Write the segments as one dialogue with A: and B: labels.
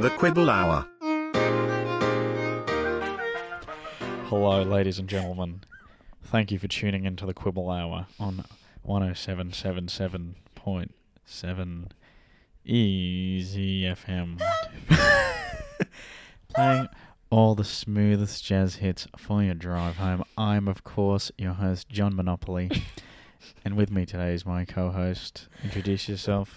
A: The Quibble Hour.
B: Hello, ladies and gentlemen. Thank you for tuning into the Quibble Hour on 10777.7 Easy FM. Playing all the smoothest jazz hits for your drive home. I'm, of course, your host, John Monopoly. and with me today is my co host. Introduce yourself.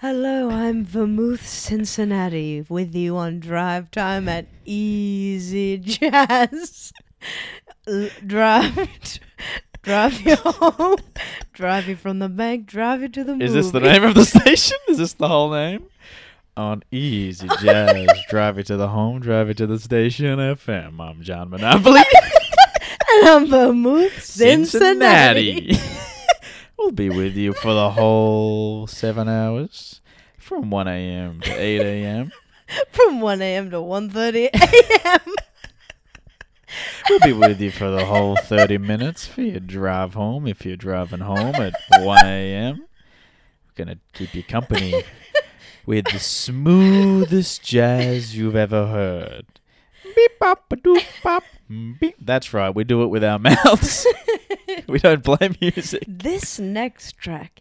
C: Hello, I'm Vermouth Cincinnati with you on drive time at Easy Jazz. L- drive, drive you home, drive you from the bank, drive you to the
B: Is this the
C: movie.
B: name of the station? Is this the whole name? On Easy Jazz, drive it to the home, drive it to the station FM. I'm John Monopoly,
C: And I'm Vermouth Cincinnati.
B: Cincinnati. we'll be with you for the whole seven hours, from 1 a.m. to 8 a.m.
C: From 1 a.m. to 1.30 a.m.
B: We'll be with you for the whole 30 minutes for your drive home if you're driving home at 1 a.m. We're going to keep you company with the smoothest jazz you've ever heard. Beep, bop, a doop, bop, mm, beep. That's right, we do it with our mouths. we don't play music.
C: This next track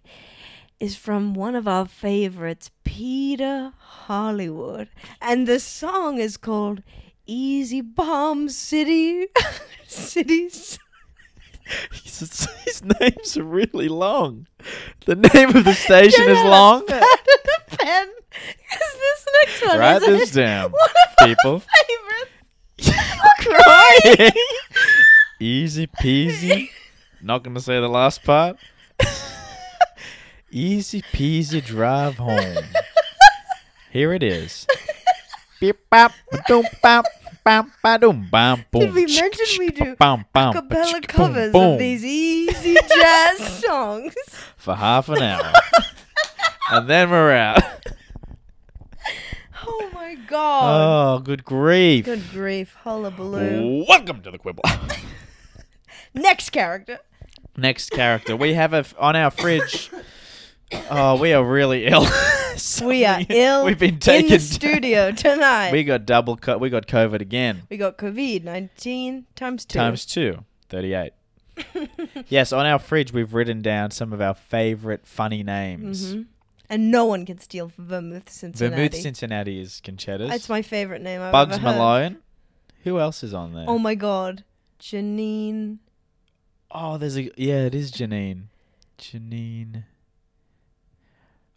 C: is from one of our favorites, Peter Hollywood. And the song is called Easy Bomb City. Cities.
B: His, his name's really long. The name of the station is
C: Get out a
B: long.
C: Pen, and a pen. 'Cause this next one
B: Write
C: is
B: this down,
C: one of
B: people.
C: our favorites.
B: crying. Easy peasy. Not going to say the last part. Easy peasy drive home. Here it is. Beep bop ba-doom, bop bop ba-doom, bop, boom.
C: Did we mention we do
B: Bum, bum,
C: Capella
B: ba-chick, boom,
C: covers
B: boom
C: of these easy jazz songs.
B: for half an hour, and then we're out.
C: Oh my god.
B: Oh, good grief!
C: Good grief, hullabaloo.
B: Welcome to the quibble. Oh.
C: Next character.
B: Next character, we have a f- on our fridge. Oh, we are really ill. So
C: We are ill
B: We've been
C: in
B: taken.
C: the studio tonight.
B: we
C: We,
B: got double cut. We got COVID again.
C: got COVID 19 times 2.
B: Times two. 38. yes, on our fridge, we've written down some of our favorite funny names.
C: Mhm. And no one can steal from Vermouth Cincinnati.
B: Vermouth Cincinnati is Conchetta's.
C: That's my favorite name I've
B: Bugs
C: ever heard.
B: Malone. Who else is on there?
C: Oh my god. Janine.
B: Oh, there's a yeah, it is Janine. Janine.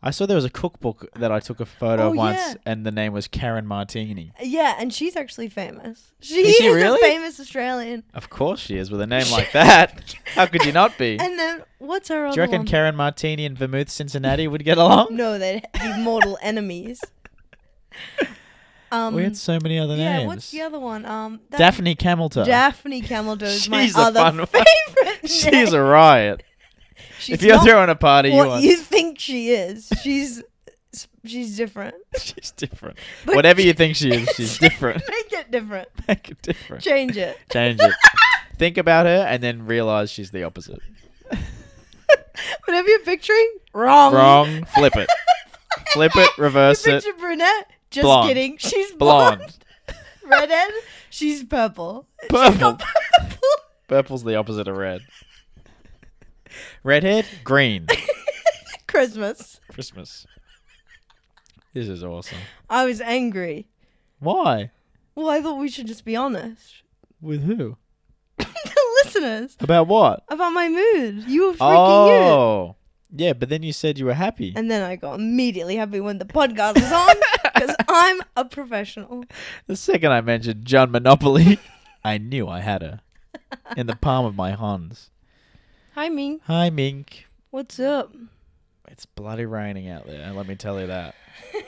B: I saw there was a cookbook that I took a photo
C: Oh,
B: of once,
C: yeah.
B: and the name was Karen Martini.
C: Yeah, and she's actually famous. She
B: Is
C: is,
B: she
C: a
B: really?
C: famous Australian.
B: Of course she is with a name like that. How could you not be? Do
C: And then what's her other
B: you reckon
C: one?
B: Karen Martini and Vermouth Cincinnati would get along?
C: no, they'd be mortal enemies. Um
B: we had so many other
C: Yeah,
B: names.
C: what's the other one? Um that-
B: Daphne Camelton.
C: Daphne Cameldo is my
B: She's a
C: other
B: fun one.
C: favorite.
B: She's a riot.
C: She's
B: if you're
C: not
B: throwing a party, you
C: what
B: want.
C: you, think she is. She's she's different.
B: she's different.
C: But
B: Whatever you think she is, she's different.
C: Make it different.
B: Make it different.
C: Change it.
B: Change it. Think about her and then realize she's the opposite.
C: Whatever you're picturing, wrong.
B: Wrong. Flip it. Flip it.
C: You
B: Reverse it.
C: picture brunette. Just
B: Blonde.
C: kidding. She's blonde.
B: Blonde.
C: Redhead. She's purple.
B: Purple.
C: Purple.
B: Purple's the opposite of red. Redhead. Green.
C: Christmas.
B: Christmas. This is awesome.
C: I was angry.
B: Why?
C: Well, I thought we should just be honest.
B: With who?
C: the listeners
B: About what?
C: about my mood. You were freaking out.
B: oh. Yeah, but then you said you were happy.
C: And then I got immediately happy when the podcast was on because I'm a professional.
B: The second I mentioned John Monopoly, I knew I had her in the palm of my hands.
C: Hi, Ming.
B: Hi, Mink.
C: What's up?
B: It's bloody raining out there. Let me tell you that.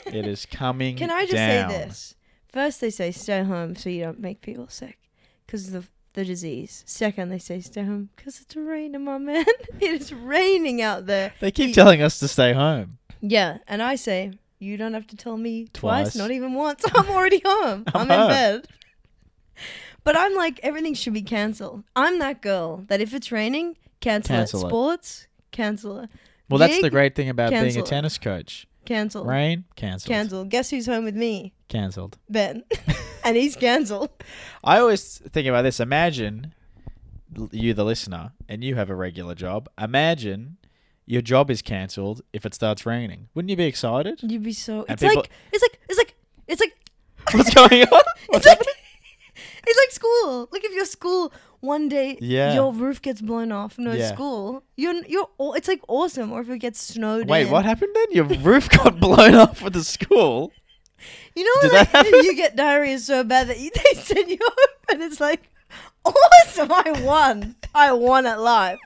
B: It is coming.
C: Can I just
B: down.
C: say this? First, they say stay home so you don't make people sick because of the disease. Second, they say stay home because it's raining, my man. it is raining out there.
B: They keep telling us to stay home.
C: Yeah, and I say you don't have to tell me twice,
B: Twice.
C: not even once. I'm already home.
B: I'm
C: I'm,
B: home.
C: in bed. But I'm like everything should be cancelled. I'm that girl that if it's raining, cancel,
B: Cancel it.
C: it. Sports, cancel it.
B: Well, that's the
C: Gig,
B: great thing about being
C: cancel
B: a
C: it.
B: tennis coach.
C: Cancel.
B: Rain cancelled.
C: Cancel. Guess who's home with me?
B: Cancelled.
C: Ben. and he's cancelled.
B: I always think about this. Imagine l- you, the listener, and you have a regular job. Imagine your job is cancelled if it starts raining. Wouldn't you be excited?
C: You'd be so.
B: And
C: It's
B: people-
C: like it's like it's like it's like
B: What's going on?
C: it's like it's like school. Like if your school one day
B: Yeah.
C: your roof gets blown off, no
B: Yeah.
C: school. You're you're aw- it's like awesome. Or if it gets snowed.
B: Wait,
C: in.
B: what happened then? Your roof got blown off with the school.
C: You know,
B: Did
C: like,
B: that happen?
C: you get diarrhea so bad that you, they send you home, and it's like, awesome! I won. I won at life.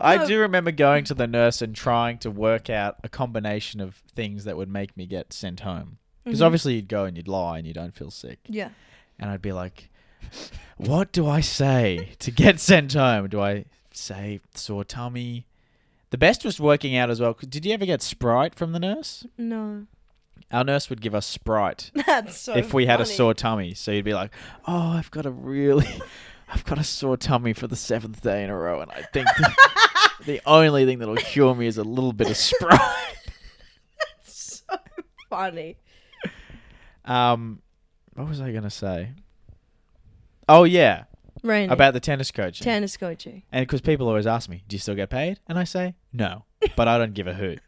B: I
C: No.
B: do remember going to the nurse and trying to work out a combination of things that would make me get sent home. Because
C: Mm-hmm.
B: obviously you'd go and you'd lie and you don't feel sick.
C: Yeah.
B: And I'd be like, what do I say to get sent home? Do I say sore tummy? The best was working out as well. 'Cause Did you ever get Sprite from the nurse?
C: No.
B: Our nurse would give us Sprite
C: That's so.
B: if we had a
C: funny.
B: sore tummy. So you'd be like, "Oh, I've got a really, I've got a sore tummy for the seventh day in a row, and I think the, the only thing that'll cure me is a little bit of Sprite."
C: so funny.
B: Um, what was I gonna say? Oh yeah,
C: Rain.
B: about the tennis coaching.
C: tennis coaching.
B: and because people always ask me, "Do you still get paid?" and I say, "No," but I don't give a hoot.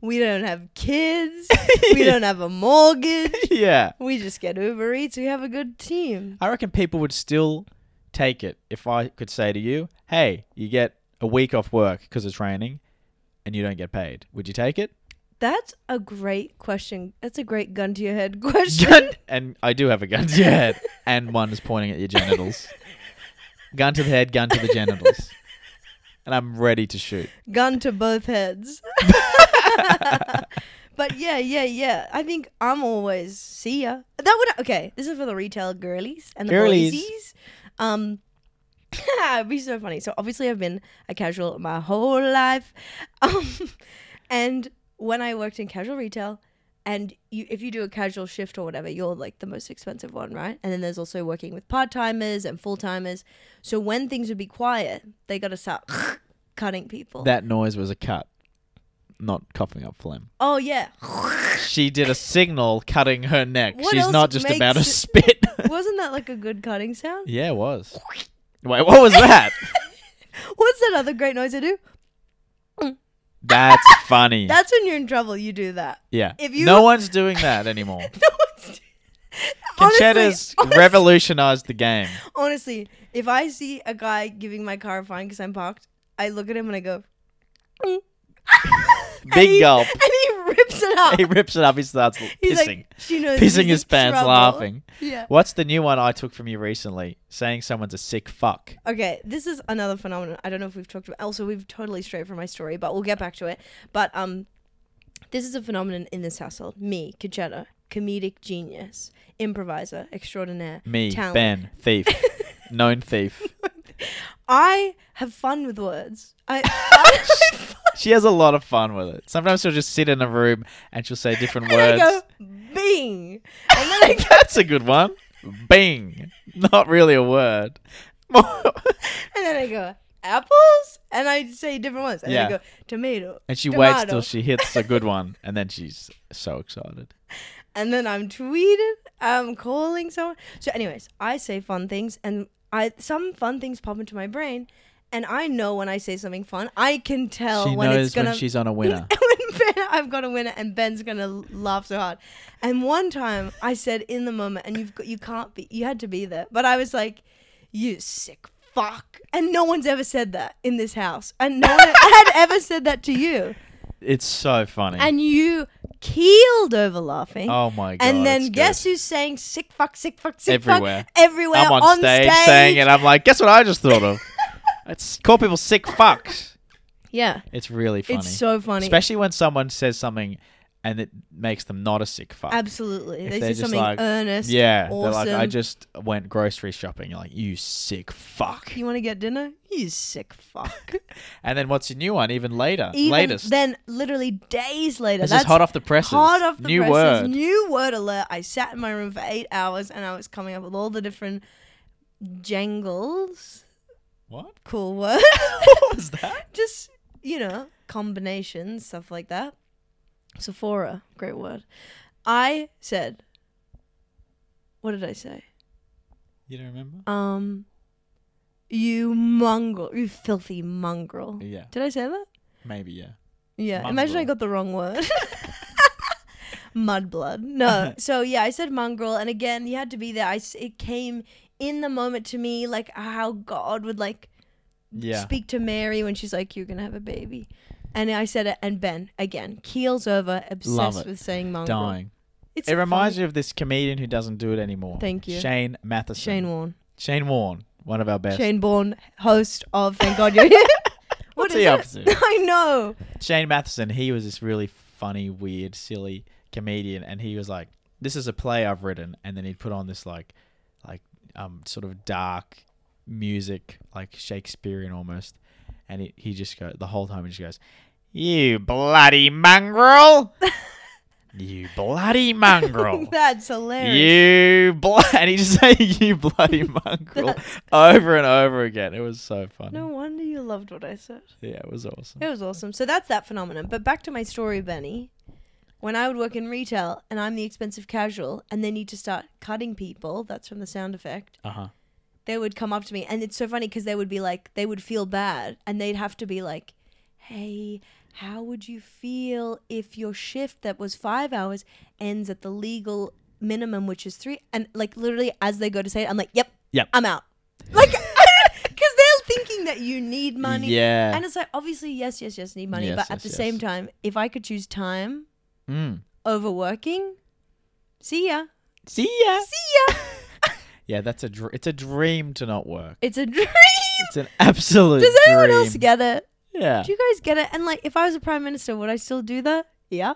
C: We don't have kids. we don't have a mortgage.
B: yeah,
C: We just get Uber Eats. We have a good team.
B: I reckon people would still take it if I could say to you, "Hey, you get a week off work because it's raining, and you don't get paid. Would you take it?"
C: That's a great question. That's a great gun to your head question.
B: Gun- and I do have a gun to your head, and one is pointing at your genitals. gun to the head, gun to the genitals, and I'm ready to shoot.
C: gun to both heads. but yeah, yeah, yeah. I think I'm always see ya. That would okay. This is for the retail girlies and the
B: Girlies.
C: boysies. Um, it'd be so funny. So obviously, I've been a casual my whole life. Um, and when I worked in casual retail. And you, if you do a casual shift or whatever, you're like the most expensive one, right? And then there's also working with part timers and full timers. So when things would be quiet, they got to start cutting people.
B: That noise was a cut, not coughing up phlegm.
C: Oh yeah.
B: She did a signal, cutting her neck.
C: What
B: She's
C: else
B: not just
C: makes
B: about to
C: it-
B: spit.
C: Wasn't that like a good cutting sound?
B: yeah, it was. Wait, what was that?
C: What's that other great noise I do?
B: That's funny.
C: That's when you're in trouble, you do that.
B: Yeah.
C: If you-
B: no one's doing that anymore.
C: No, it's-
B: Conchetta's
C: honestly, honestly,
B: revolutionized the game.
C: honestly, if I see a guy giving my car a fine because I'm parked, I look at him and I go, "Mm." And
B: Big
C: he-
B: gulp.
C: And he rips it up.
B: He rips it up. He starts l-
C: He's
B: pissing,
C: like, she knows he's
B: pissing
C: in
B: his pants,
C: trouble."
B: laughing.
C: Yeah.
B: What's the new one I took from you recently? Saying someone's a sick fuck.
C: Okay, this is another phenomenon. I don't know if we've talked about. Also, we've totally strayed from my story, but we'll get back to it. But um, this is a phenomenon in this household. Me, Kajeta, comedic genius, improviser extraordinaire,
B: Me,
C: talent.
B: Ben, thief, known thief.
C: I have fun with words. I, I,
B: She has a lot of fun with it. Sometimes she'll just sit in a room and she'll say different
C: and I
B: words.
C: go bing, and then I go,
B: That's a good one. Bing. Not really a word.
C: and then I go apples, and I say different ones, and then
B: Yeah.
C: I go tomato,
B: and she waits
C: Tomato.
B: till she hits a good one, and then she's so excited.
C: and then I'm tweeted, I'm calling someone. So, anyways, I say fun things, and I some fun things pop into my brain, and I know when I say something fun, I can tell
B: she
C: Oh, when
B: knows
C: it's gonna.
B: when she's on a winner.
C: when Ben, I've got a winner, and Ben's gonna laugh so hard. And one time, I said in the moment, and you've got, you can't be, you had to be there, but I was like, "You sick fuck," and no one's ever said that in this house, and no one had ever said that to you,
B: it's so funny.
C: and you keeled over laughing.
B: oh my god.
C: And
B: it's
C: then
B: good.
C: guess who's saying sick fuck, sick fuck, sick
B: Everywhere.
C: fuck everywhere
B: I'm on, stage, saying it. I'm like, guess what I just thought of? it's call people sick fucks.
C: Yeah,
B: It's really funny.
C: it's so funny.
B: Especially when someone says something and it makes them not a sick fuck.
C: Absolutely,
B: If
C: they
B: they're
C: say
B: just
C: something
B: like-
C: earnest.
B: Yeah. They're like, I
C: awesome.
B: just went grocery shopping. You're like, you sick fuck.
C: You want to get dinner? You sick fuck.
B: And then what's your new one? Even later.
C: Even
B: Latest.
C: Then, literally days later.
B: This is
C: that's
B: hot off the presses.
C: hot off the
B: new
C: presses.
B: word.
C: New word alert. I sat in my room for eight hours and I was coming up with all the different jangles,
B: What?
C: cool words,
B: What was that?
C: just you know combinations, stuff like that. Sephora, great word. I said, what did I say?
B: You don't remember?
C: Um, you mongrel, you filthy mongrel.
B: Yeah,
C: Did I say that?
B: maybe yeah.
C: Yeah. Imagine I
B: Mongrel.
C: got the wrong word. Mudblood. No. so yeah, I said mongrel, and again, you had to be there. I s it came in the moment to me, like how God would like
B: Yeah.
C: speak to Mary when she's like, "You're gonna have a baby," and I said it. And Ben again keels over,
B: Love it.
C: obsessed with saying mongrel.
B: Dying.
C: It's
B: It reminds you of this comedian who doesn't do it anymore.
C: Thank you.
B: Shane Matheson.
C: Shane Warne,
B: Shane Warne, one of our best.
C: Shane Bourne, host of Thank God You're Here. What
B: What's
C: is
B: he up
C: it?
B: to?
C: I know.
B: Shane Matheson, he was this really funny, weird, silly comedian, and he was like, "This is a play I've written," and then he'd put on this like, like, um, sort of dark music, like Shakespearean almost, and he he just go the whole time he just goes, "You bloody mongrel! you bloody mongrel!"
C: That's hilarious.
B: You bloody, and he just say you bloody mongrel over and over again. It was so funny.
C: No wonder you loved what I said.
B: Yeah, it was awesome.
C: It was awesome. So that's that phenomenon. But back to my story, Benny. When I would work in retail and I'm the expensive casual and they need to start cutting people, that's from the sound effect,
B: Uh huh.
C: they would come up to me. And it's so funny because they would be like, they would feel bad and they'd have to be like, hey, how would you feel if your shift that was five hours ends at the legal minimum, which is three? And like literally as they go to say it, I'm like, yep,
B: Yep.
C: I'm out. Like, because they're thinking that you need money.
B: Yeah.
C: And it's like obviously yes, yes, yes, need money,
B: Yes,
C: but at
B: yes,
C: the
B: yes.
C: same time, if I could choose time
B: Mm.
C: over working, see ya,
B: See ya.
C: see ya.
B: Yeah, that's a dr- it's a dream to not work.
C: it's a dream.
B: It's an absolute
C: Does anyone
B: dream.
C: else get it?
B: yeah.
C: Do you guys get it? And like, if I was a prime minister, would I still do that? Yeah.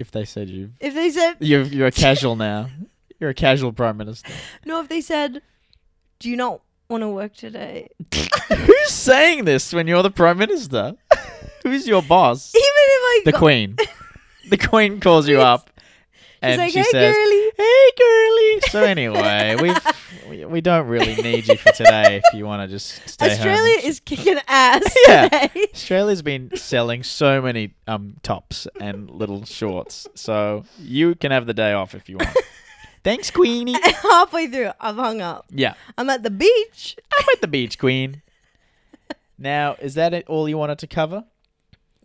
B: if they said you
C: If they said
B: you're you're a casual now. You're a casual prime minister.
C: no, if they said, do you not want to work today?
B: Who's saying this when you're the prime minister? Who's your boss?
C: Even if I
B: The
C: got-
B: queen. The queen calls you up
C: she's
B: and
C: like,
B: um, she
C: hey,
B: says,
C: girly,
B: "Hey girly." So anyway, we've, we we don't really need you for today if you want to just stay home.
C: Australia is kicking ass
B: Yeah.
C: today.
B: Australia's been selling so many um, tops and little shorts, so you can have the day off if you want. Thanks, Queenie.
C: Halfway through, I've hung up.
B: Yeah,
C: I'm at the beach.
B: I'm at the beach, Queen. Now, is that it, all you wanted to cover?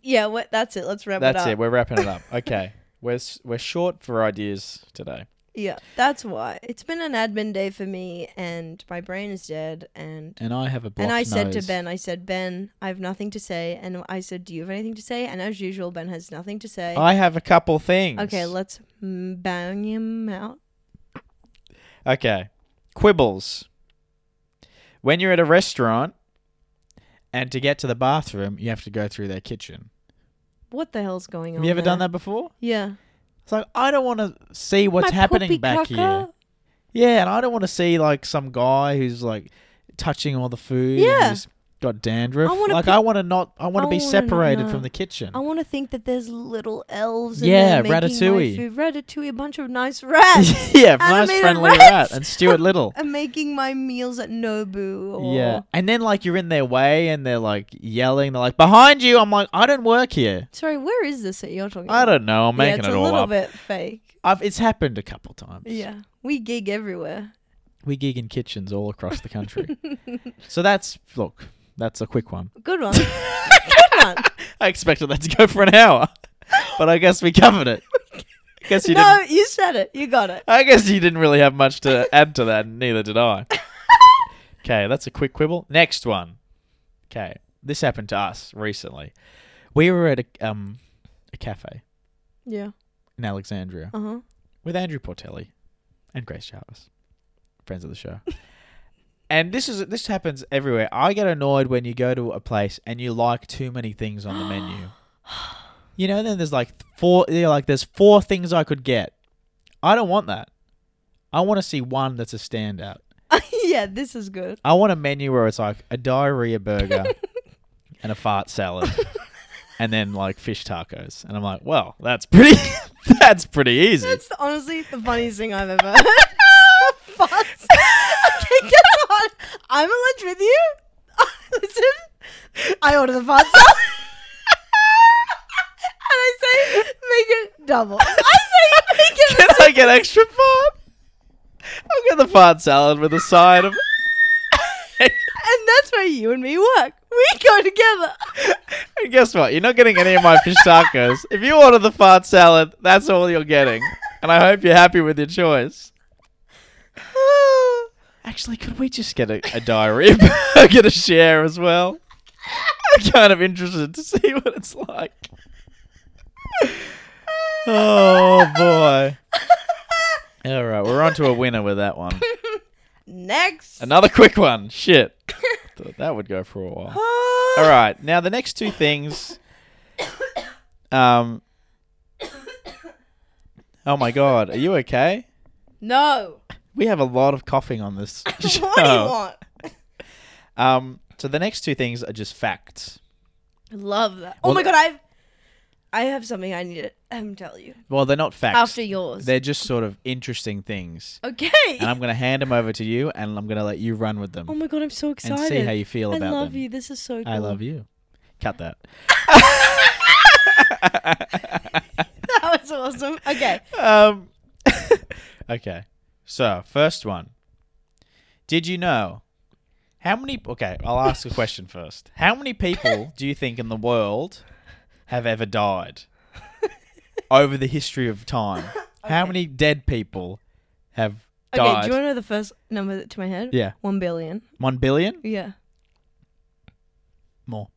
C: Yeah, what, that's it. Let's wrap
B: That's
C: it up.
B: it. We're wrapping it up. Okay, we're s- we're short for ideas today.
C: Yeah, that's why. It's been an admin day for me, and my brain is dead. And
B: And I have a blocked
C: and I said to
B: nose.
C: Ben, I said, Ben, I have nothing to say. And I said, Do you have anything to say? And as usual, Ben has nothing to say.
B: I have a couple things.
C: okay, let's mm, bang him out.
B: Okay. Quibbles. When you're at a restaurant and to get to the bathroom, you have to go through their kitchen.
C: What the hell's going on?
B: Have you ever done
C: there?
B: that before?
C: Yeah.
B: It's like I don't want to see what's
C: My
B: happening
C: poopy
B: back here.
C: caca.
B: Yeah, and I don't want to see like some guy who's like touching all the food.
C: Yeah.
B: and he's got dandruff.
C: I wanna
B: like
C: pe-
B: I want to not. I want to
C: I
B: be
C: wanna
B: separated
C: know.
B: from the kitchen.
C: I want to think that there's little elves.
B: Yeah,
C: in there making my
B: Ratatouille.
C: Food. Ratatouille, a bunch of nice rats,
B: yeah, nice
C: Animated
B: friendly
C: rats.
B: rat and Stuart Little.
C: and making my meals at Nobu. Or
B: yeah, and then like you're in their way and they're like yelling. They're like behind you. I'm like I don't work here.
C: Sorry, where is this that you're talking?
B: I
C: about?
B: don't know. I'm
C: yeah,
B: making
C: it's
B: it
C: a
B: all
C: little
B: up.
C: bit fake.
B: I've, it's happened a couple times.
C: Yeah, we gig everywhere.
B: we gig in kitchens all across the country. so that's look. That's a quick one.
C: Good one. Good one.
B: I expected that to go for an hour, but I guess we covered it. I guess you
C: no,
B: didn't.
C: you said it. You got it.
B: I guess you didn't really have much to add to that, and neither did I. Okay, that's a quick quibble. Next one. Okay, this happened to us recently. We were at a um a cafe
C: Yeah.
B: in Alexandria
C: Uh huh.
B: with Andrew Portelli and Grace Jarvis, friends of the show. and this is this happens everywhere. I get annoyed when you go to a place and you like too many things on the menu. You know, then there's like four. You're like, there's four things I could get. I don't want that. I want to see one that's a standout.
C: yeah, this is good.
B: I want a menu where it's like a diarrhea burger and a fart salad, and then like fish tacos. And I'm like, well, that's pretty. that's pretty easy.
C: That's the- honestly the funniest thing I've ever. heard. Farts. okay, guess what? I'm at lunch with you. Listen, I order the farts. and I say, make it double. I say you can
B: Can I get extra fart? I'll get the fart salad with a side of.
C: And that's where you and me work. We go together.
B: And guess what? You're not getting any of my fish tacos. If you order the fart salad, that's all you're getting. And I hope you're happy with your choice. Actually, could we just get a, a diarrhea burger to share as well? I'm kind of interested to see what it's like. Oh boy. All right, we're on to a winner with that one.
C: Next.
B: Another quick one. Shit. Thought that would go for a while. All right. Now the next two things. Um. Oh my god, are you okay?
C: No.
B: We have a lot of coughing on this show.
C: What do you want?
B: Um. So the next two things are just facts.
C: I love that. oh
B: Well-
C: my god, I've I have something I need to um, tell you
B: Well, they're not facts.
C: after yours.
B: They're just sort of interesting things,
C: Okay.
B: and I'm gonna hand them over to you, and I'm gonna let you run with them
C: oh my god, I'm so
B: and
C: excited.
B: see how you feel
C: I
B: about
C: love
B: them.
C: you. This is so cool.
B: I love you. Cut that.
C: That was awesome. Okay.
B: Um, okay. So, first one. Did you know how many? Okay, I'll ask a question first. How many people do you think in the world have ever died over the history of time? How many dead people have
C: Okay,
B: died?
C: do you want to know the first number that- to my head?
B: yeah,
C: 1 billion.
B: one billion
C: Yeah.
B: more.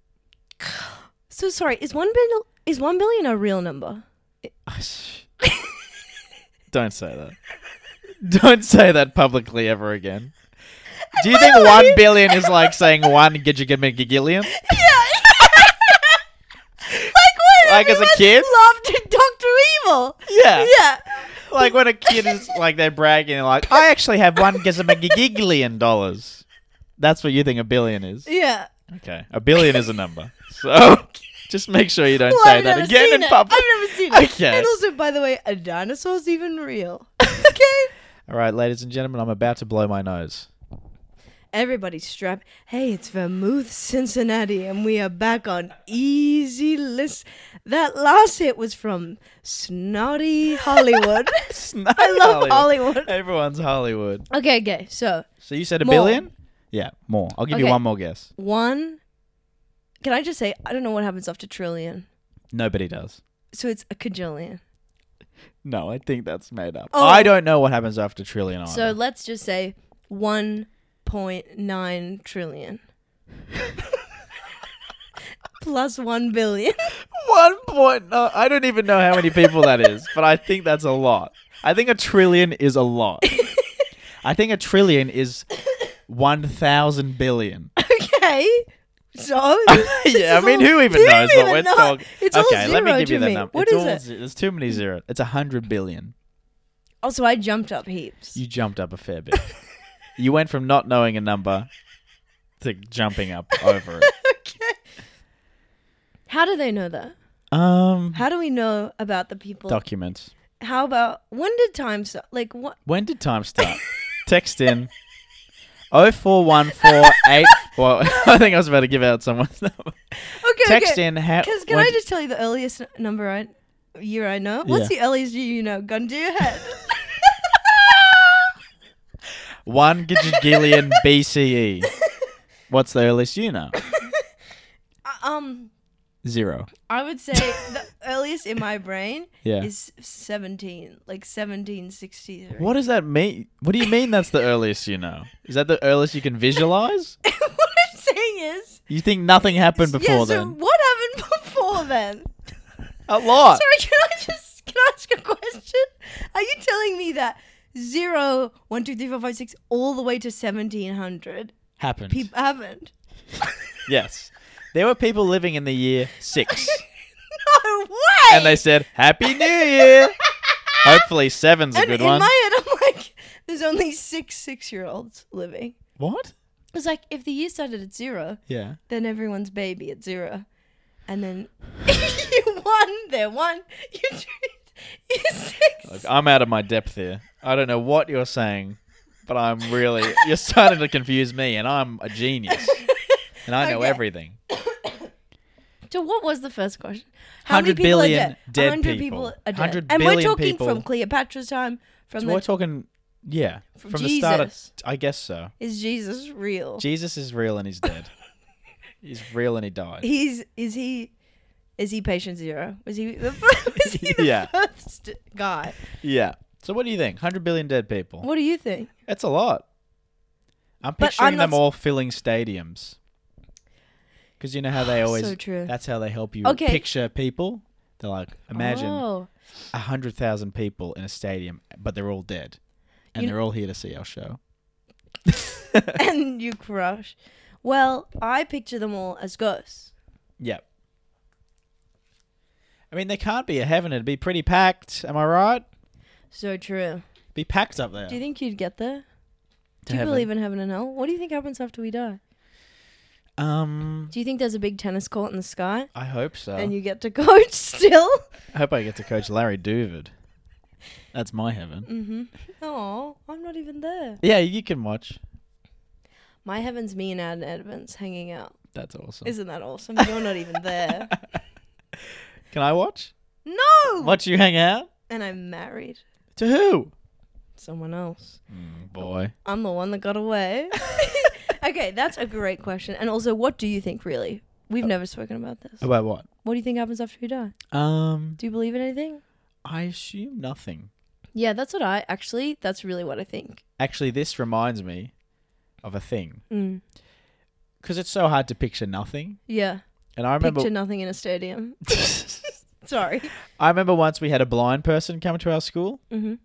C: So sorry, is 1 billion is 1 billion a real number?
B: Don't say that. Don't say that publicly ever again. Do you think
C: Am I
B: one
C: lying?
B: billion is like saying one gigigigillion?
C: Yeah. like when
B: Like as a
C: everyone
B: kid?
C: loved Doctor Evil.
B: Yeah.
C: Yeah.
B: Like when a kid is like they're bragging, they're like, I actually have one gizmagigillion dollars. That's what you think a billion is.
C: Yeah.
B: Okay. A billion is a number. So just make sure you don't
C: Well,
B: say
C: I've
B: that
C: never
B: again
C: seen
B: in
C: it.
B: public.
C: I've never seen it.
B: Okay.
C: And also, by the way, a dinosaur's even real. okay.
B: All right, ladies and gentlemen, I'm about to blow my nose.
C: Everybody strap. Hey, it's Vermouth Cincinnati, and we are back on Easy List. That last hit was from Snotty Hollywood.
B: Snug
C: I love Hollywood.
B: Everyone's Hollywood.
C: Okay, okay. So
B: So you said a
C: More.
B: billion? Yeah, more. I'll give you
C: Okay.
B: one more guess.
C: one. Can I just say I don't know what happens after trillion.
B: Nobody does.
C: So it's a cajillion.
B: No, I think that's made up.
C: Oh.
B: I don't know what happens after trillion either.
C: So let's just say one point nine trillion. Plus one billion.
B: One point. No, I don't even know how many people that is, but I think that's a lot. I think a trillion is a lot. I think a trillion is one thousand billion.
C: Okay. So this
B: yeah, I
C: is
B: mean,
C: all-
B: who even
C: do you
B: knows
C: even
B: what we're
C: know?
B: talking?
C: It's all
B: okay, let me
C: zero
B: give
C: to
B: you the
C: me.
B: number.
C: What
B: it's
C: is
B: all
C: it?
B: ze- There's too many zero. It's a hundred billion.
C: Also, Oh, I jumped up heaps.
B: You jumped up a fair bit. you went from not knowing a number to jumping up over it.
C: How do they know that?
B: Um,
C: How do we know about the people?
B: documents.
C: How about when did time start? Like what?
B: When did time start? Text in 0414 Well, I think I was about to give out someone's number.
C: Okay,
B: Text
C: okay.
B: in uh, how.
C: Because can
B: when
C: I
B: did-
C: just tell you the earliest n- number I year I know? What's the earliest year you know? Gun to your head.
B: One gigillion BCE. E. What's the earliest you know?
C: Uh, um,
B: Zero.
C: I would say the earliest in my brain
B: Yeah.
C: is seventeen, like seventeen sixty three.
B: What does that mean? What do you mean that's the earliest you know? Is that the earliest you can visualize?
C: what I'm saying is,
B: You think nothing happened before
C: yeah. So
B: then? Uh,
C: what happened before then?
B: A lot.
C: Sorry, can I just can I ask a question? Are you telling me that zero, one, two, three, four, five, six, all the way to seventeen hundred
B: Happened.
C: people haven't?
B: yes. There were people living in the year six.
C: No way.
B: and they said, Happy New Year! Hopefully, seven's a
C: And
B: good
C: in
B: one.
C: my head, I'm like, there's only six six-year-olds living.
B: What?
C: It's like if the year started at zero,
B: Yeah.
C: then everyone's baby at zero, and then you one, they're one, you two, you six.
B: Look, I'm out of my depth here. I don't know what you're saying, but I'm really. You're starting to confuse me, and I'm a genius. And I know
C: Okay.
B: everything.
C: So what was the first question? many
B: 100
C: people are
B: billion dead people.
C: 100 people are dead.
B: 100
C: And we're
B: billion
C: talking
B: people.
C: from Cleopatra's time. From
B: So
C: the
B: we're talking, yeah,
C: From
B: from, the start. Of,
C: Jesus.
B: I guess so.
C: is Jesus real?
B: Jesus is real and he's dead. he's real and he died.
C: He's is he is he patient zero? Was he the first, was he the
B: Yeah.
C: first guy?
B: Yeah. So what do you think? 100 billion dead people.
C: What do you think?
B: That's a lot. I'm
C: But
B: picturing
C: I'm not
B: them
C: s-
B: all filling stadiums. Because you know how they always.
C: so true.
B: That's how they help you
C: Okay.
B: picture people. They're like, imagine a
C: Oh.
B: 100,000 people in a stadium, but they're all dead. And
C: You kn-
B: they're all here to see our show.
C: and you crush. Well, I picture them all as ghosts.
B: Yep. I mean, they can't be a heaven. It'd be pretty packed. Am I right?
C: So true.
B: Be packed up there.
C: Do you think you'd get there? Do you believe in heaven and hell? What do you think happens after we die?
B: Um,
C: Do you think there's a big tennis court in the sky
B: I hope so.
C: and you get to coach still?
B: I hope I get to coach Larry Duvid. That's my heaven.
C: Mm-hmm. Oh, I'm not even there.
B: Yeah, you can watch.
C: My heaven's me and Adam Edmonds hanging out.
B: That's awesome.
C: Isn't that awesome? You're not even there.
B: Can I watch?
C: No.
B: Watch you hang out?
C: And I'm married.
B: To who?
C: Someone else.
B: boy.
C: I'm the one that got away. okay, that's a great question. And also, what do you think really? We've never spoken about this.
B: About what?
C: What do you think happens after you die?
B: Um,
C: Do you believe in anything?
B: I assume nothing.
C: Yeah, that's what I actually. That's really what I think.
B: Actually, this reminds me of a thing
C: Mm.
B: because it's so hard to picture nothing.
C: Yeah.
B: And I remember,
C: Picture nothing in a stadium. Sorry.
B: I remember once we had a blind person come to our school,
C: hmm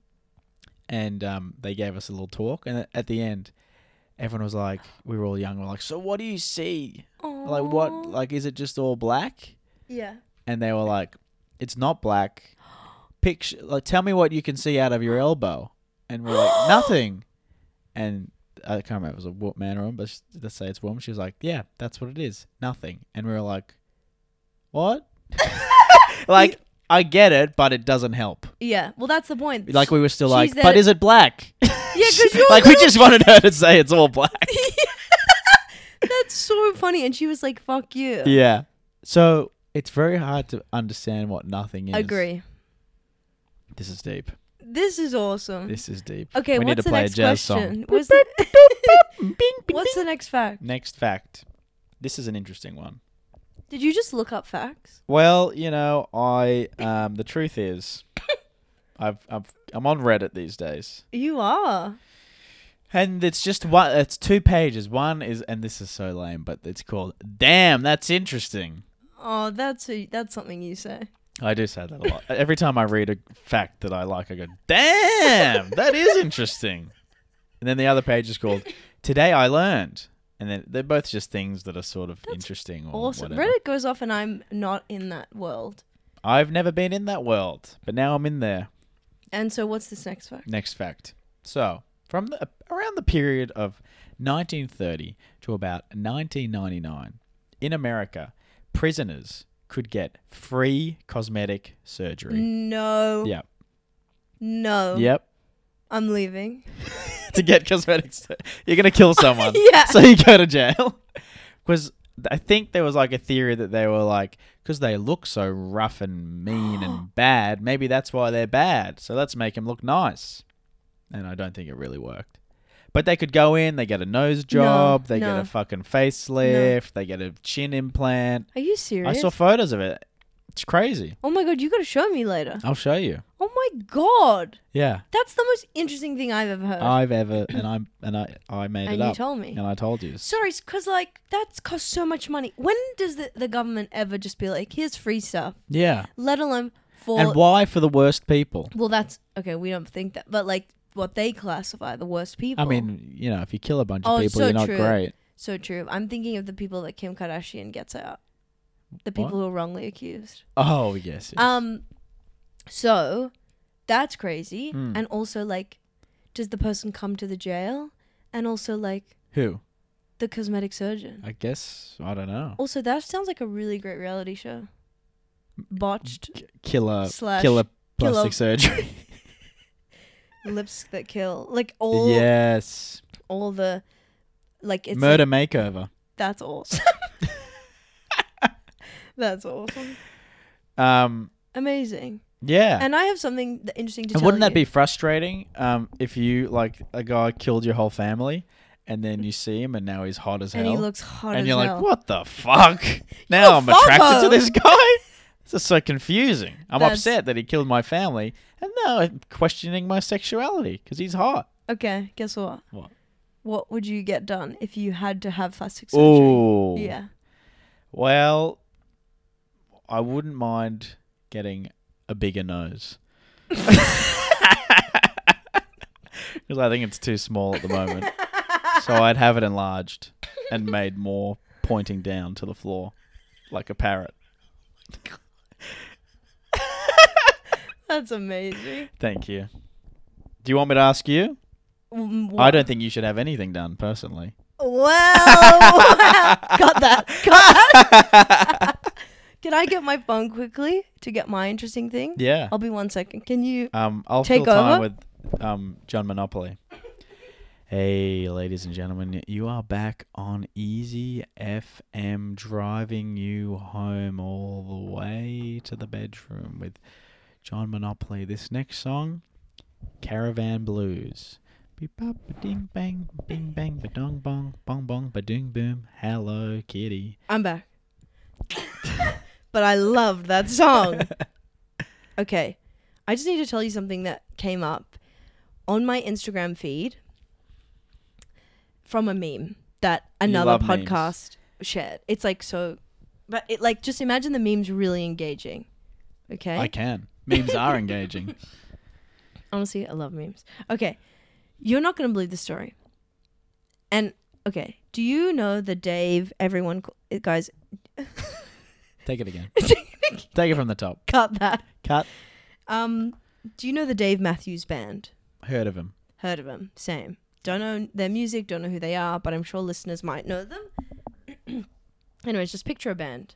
B: and um, they gave us a little talk. And at the end, everyone was like, "We were all young. We're like, so what do you see? Like, what? Like, is it just all black?"
C: Yeah.
B: and they were like, "It's not black. Picture, like, tell me what you can see out of your elbow." And we're like, "Nothing." And I can't remember if it was a wo- man or woman, but sh- let's say it's a woman. She was like, "Yeah, that's what it is. Nothing." And we were like, "What?" like, I get it, but it doesn't help.
C: Yeah. Well, that's the point.
B: Like, we were still
C: She's
B: like,
C: there
B: "But
C: to-
B: is it black?" Yeah,
C: 'cause you're
B: like, we just wanted her to say it's all black.
C: that's so funny. And she was like, "Fuck you."
B: yeah. So it's very hard to understand what nothing is.
C: Agree.
B: This is deep.
C: This is awesome.
B: This is deep.
C: Okay,
B: we
C: what's
B: need to
C: the
B: play
C: next
B: a jazz
C: question?
B: song.
C: What's the,
B: Bing, bing,
C: what's the next fact?
B: Next fact. This is an interesting one.
C: Did you just look up facts?
B: Well, you know, I um, the truth is, I've, I've I'm on Reddit these days,
C: You are.
B: and it's just one. It's two pages. One is, and this is so lame, but it's called "Damn, that's interesting."
C: Oh, that's a, that's something you say.
B: I do say that a lot. Every time I read a fact that I like, I go, "Damn, that is interesting." And then the other page is called "Today I Learned," and then they're both just things that are sort of interesting or
C: Awesome.
B: Oh, whatever.
C: Reddit goes off, and I'm not in that world.
B: I've never been in that world, but now I'm in there.
C: And so, what's this next fact?
B: Next fact. So, from the, around the period of 1930 to about 1999, in America, prisoners could get free cosmetic surgery.
C: No.
B: Yep.
C: No.
B: Yep.
C: I'm leaving.
B: to get cosmetic surgery. You're going to kill someone.
C: Yeah.
B: So you go to jail. Because I think there was like a theory that they were like, because they look so rough and mean and bad, maybe that's why they're bad. So let's make them look nice. And I don't think it really worked. But they could go in, they get a nose job, they
C: no.
B: get a fucking facelift, they get a chin implant.
C: Are you serious?
B: I saw photos of it. It's crazy.
C: oh my god, you gotta show me later.
B: I'll show you.
C: Oh my god,
B: Yeah.
C: that's the most interesting thing I've ever heard.
B: I've ever and I'm and I I made
C: and
B: it
C: you
B: up.
C: told me.
B: and I told you.
C: Sorry, because like that's cost so much money. When does the, the government ever just be like, here's free stuff,
B: Yeah.
C: let alone for
B: and why for the worst people?
C: Well, that's okay. We don't think that, but like what they classify the worst people.
B: I mean, you know, if you kill a bunch
C: Oh,
B: of
C: it's
B: people,
C: so
B: you're not
C: true.
B: great.
C: so true. I'm thinking of the people that Kim Kardashian gets out, the people
B: What?
C: who are wrongly accused.
B: Oh yes. yes.
C: Um, so that's crazy.
B: Hmm.
C: And also, like, does the person come to the jail? And also, like,
B: Who?
C: the cosmetic surgeon.
B: I guess I don't know.
C: Also, that sounds like a really great reality show. Botched
B: K- Killer,
C: Slash
B: killer
C: killer.
B: plastic surgery.
C: lips that kill, like all
B: yes.
C: all the, like it's like-
B: Murder makeover.
C: that's awesome. That's awesome.
B: Um,
C: Amazing.
B: yeah.
C: And I have something th- interesting to
B: And
C: tell
B: wouldn't that
C: you.
B: be frustrating um, if you like a guy killed your whole family and then you see him and now he's hot as
C: and
B: hell
C: he looks hot
B: and
C: as
B: you're
C: hell.
B: like what the fuck now
C: a
B: I'm attracted
C: foppo.
B: to this guy this is so confusing I'm
C: That's-
B: upset that he killed my family and now I'm questioning my sexuality because he's hot
C: Okay, guess what?
B: What?
C: What would you get done if you had to have plastic surgery?
B: oh
C: Yeah.
B: well I wouldn't mind getting a bigger nose because I think it's too small at the moment So I'd have it enlarged and made more pointing down to the floor like a parrot.
C: That's amazing.
B: Thank you. Do you want me to ask you?
C: Mm,
B: I
C: wha-
B: don't think you should have anything done personally.
C: Wow. Got that. Got that. Can I get my phone quickly to get my interesting thing?
B: Yeah.
C: I'll be one second. Can you?
B: Um I'll
C: Take
B: fill time
C: over?
B: with um John Monopoly. Hey, ladies and gentlemen, you are back on Easy FM driving you home all the way to the bedroom with John Monopoly. This next song, Caravan Blues. Beep bop ba ding bang bing bang ba dong bong bong bong ba ding boom. Hello kitty.
C: I'm back. but I loved that song. Okay. I just need to tell you something that came up on my Instagram feed from a meme that another
B: love memes.
C: podcast shared. It's like so but it like just imagine the memes really engaging. Okay?
B: I can. Memes are engaging.
C: Honestly, I love memes. Okay. You're not going to believe the story. And okay, do you know the Dave everyone ca- guys
B: Take it again. Take it from the top.
C: cut that
B: Cut.
C: Um, do you know the Dave Matthews Band?
B: Heard of him.
C: Heard of them? Same. Don't know their music, don't know who they are, but I'm sure listeners might know them. Anyways, just picture a band.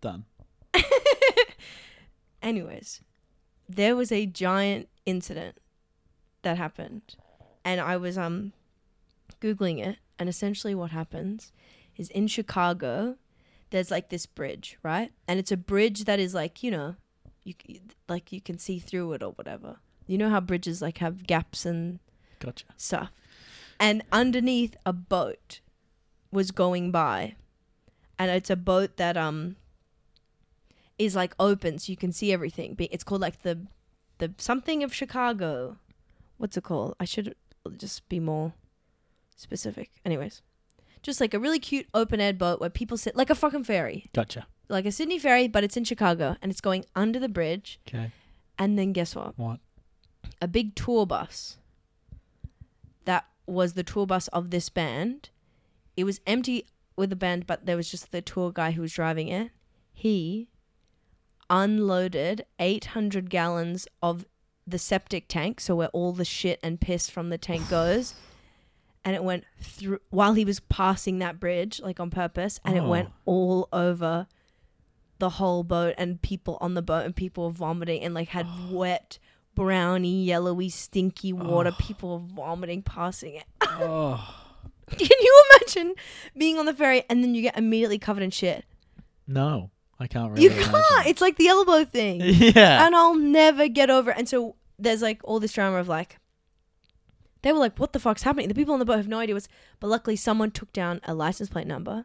B: Done.
C: Anyways, there was a giant incident that happened, and I was um googling it, and essentially what happens is in Chicago, there's like this bridge, right? And it's a bridge that is like you know, you c- like you can see through it or whatever. You know how bridges like have gaps and
B: Gotcha.
C: stuff. And underneath a boat was going by. And it's a boat that um is like open so you can see everything. Be- It's called like the the something of Chicago. What's it called? I should just be more specific. Anyways, just like a really cute open air boat where people sit like a fucking ferry,
B: Gotcha.
C: like a Sydney ferry, but it's in Chicago and it's going under the bridge.
B: Okay.
C: And then guess what?
B: What?
C: a big tour bus that was the tour bus of this band. It was empty with the band, but there was just the tour guy who was driving it. He unloaded 800 gallons of the septic tank, so where all the shit and piss from the tank goes. And it went through while he was passing that bridge, like on purpose, and it
B: Oh.
C: went all over the whole boat and people on the boat, and people were vomiting and like had wet, browny, yellowy, stinky water. People were vomiting, passing it.
B: Oh
C: Can you imagine being on the ferry and then you get immediately covered in shit?
B: no, I can't really.
C: You can't. It's like the elbow thing.
B: Yeah.
C: and I'll never get over it. And so there's like all this drama of like, they were like, what the fuck's happening? The people on the boat have no idea what's, but luckily someone took down a license plate number.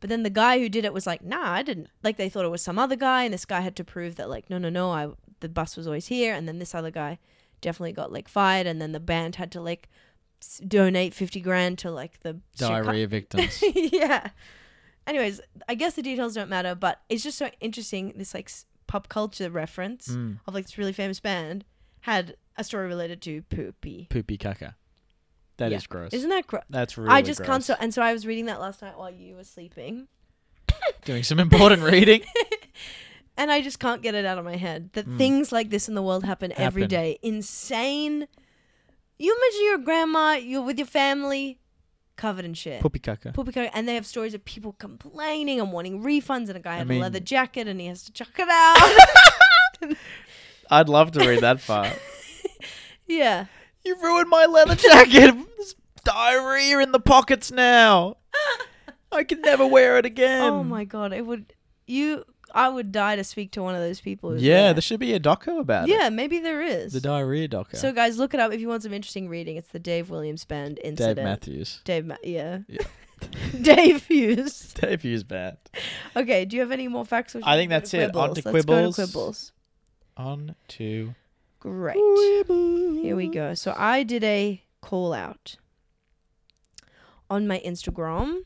C: But then the guy who did it was like, nah, I didn't. Like they thought it was some other guy, and this guy had to prove that like, no, no, no, I the bus was always here. And then this other guy definitely got like fired, and then the band had to like s- donate fifty grand to like the Chica-
B: Diarrhea victims.
C: yeah. Anyways, I guess the details don't matter, but it's just so interesting. This like s- pop culture reference
B: Mm.
C: of like this really famous band had a story related to poopy.
B: Poopy caca. That is
C: Yeah.
B: gross.
C: Isn't that gross?
B: That's really.
C: I just
B: gross.
C: can't. So and so I was reading that last night while you were sleeping,
B: doing some important reading.
C: and I just can't get it out of my head that things like this in the world happen, every
B: Mm. Happen.
C: day. Insane. You imagine your grandma, you're with your family, covered in shit.
B: Poopy caca.
C: Pubic hair, and they have stories of people complaining and wanting refunds, and a guy had
B: mean-
C: a leather jacket and he has to chuck it out.
B: I'd love to read that far.
C: yeah.
B: you ruined my leather jacket. There's diarrhea in the pockets now. I can never wear it again.
C: oh my god, it would you I would die to speak to one of those people. who's
B: yeah,
C: there.
B: there should be a doco about it.
C: yeah, maybe there is.
B: The diarrhea doco.
C: So guys, look it up if you want some interesting reading. It's the Dave Williams Band
B: Dave
C: incident.
B: Matthews.
C: Dave Ma- yeah.
B: Yeah.
C: Dave Hughes.
B: Dave Hughes bad.
C: Okay, do you have any more facts? or should
B: I
C: we
B: think
C: go to
B: that's it. On to
C: Let's go to
B: quibbles.
C: quibbles.
B: On to
C: Great.
B: Quibbles.
C: Here we go. So I did a call out on my Instagram,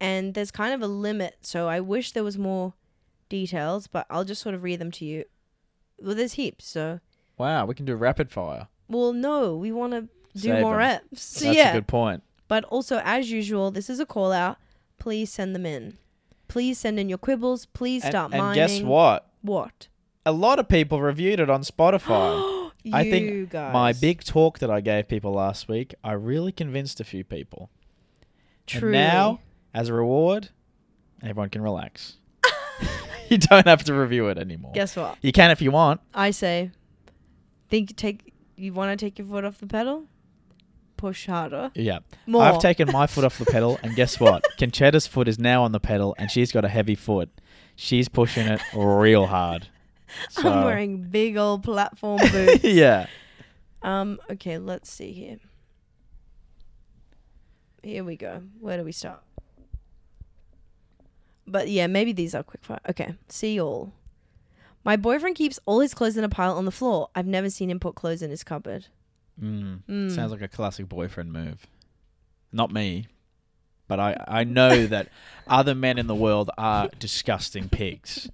C: and there's kind of a limit. So I wish there was more details, but I'll just sort of read them to you. Well, there's heaps. So,
B: Wow, we can do rapid fire.
C: well, no, we want to do
B: Save
C: more
B: 'em.
C: reps. So
B: That's
C: yeah.
B: a good point.
C: But also, as usual, this is a call out. Please send them in. Please send in your quibbles. Please
B: And,
C: start
B: and
C: mining.
B: guess what?
C: What?
B: A lot of people reviewed it on Spotify.
C: you
B: I think
C: guys.
B: My big talk that I gave people last week, I really convinced a few people.
C: True.
B: And now, as a reward, everyone can relax. you don't have to review it anymore.
C: guess what?
B: You can if you want.
C: I say, think take you want to take your foot off the pedal, push harder.
B: Yeah.
C: More.
B: I've taken my foot off the pedal, and guess what? Conchetta's foot is now on the pedal, and she's got a heavy foot. She's pushing it real hard.
C: I'm
B: So-
C: wearing big old platform boots.
B: yeah.
C: Um. Okay. Let's see here. Here we go. Where do we start? But yeah, maybe these are quick fire. Okay. See all. My boyfriend keeps all his clothes in a pile on the floor. I've never seen him put clothes in his cupboard.
B: Mm.
C: Mm.
B: Sounds like a classic boyfriend move. Not me, but I, I know that other men in the world are disgusting pigs.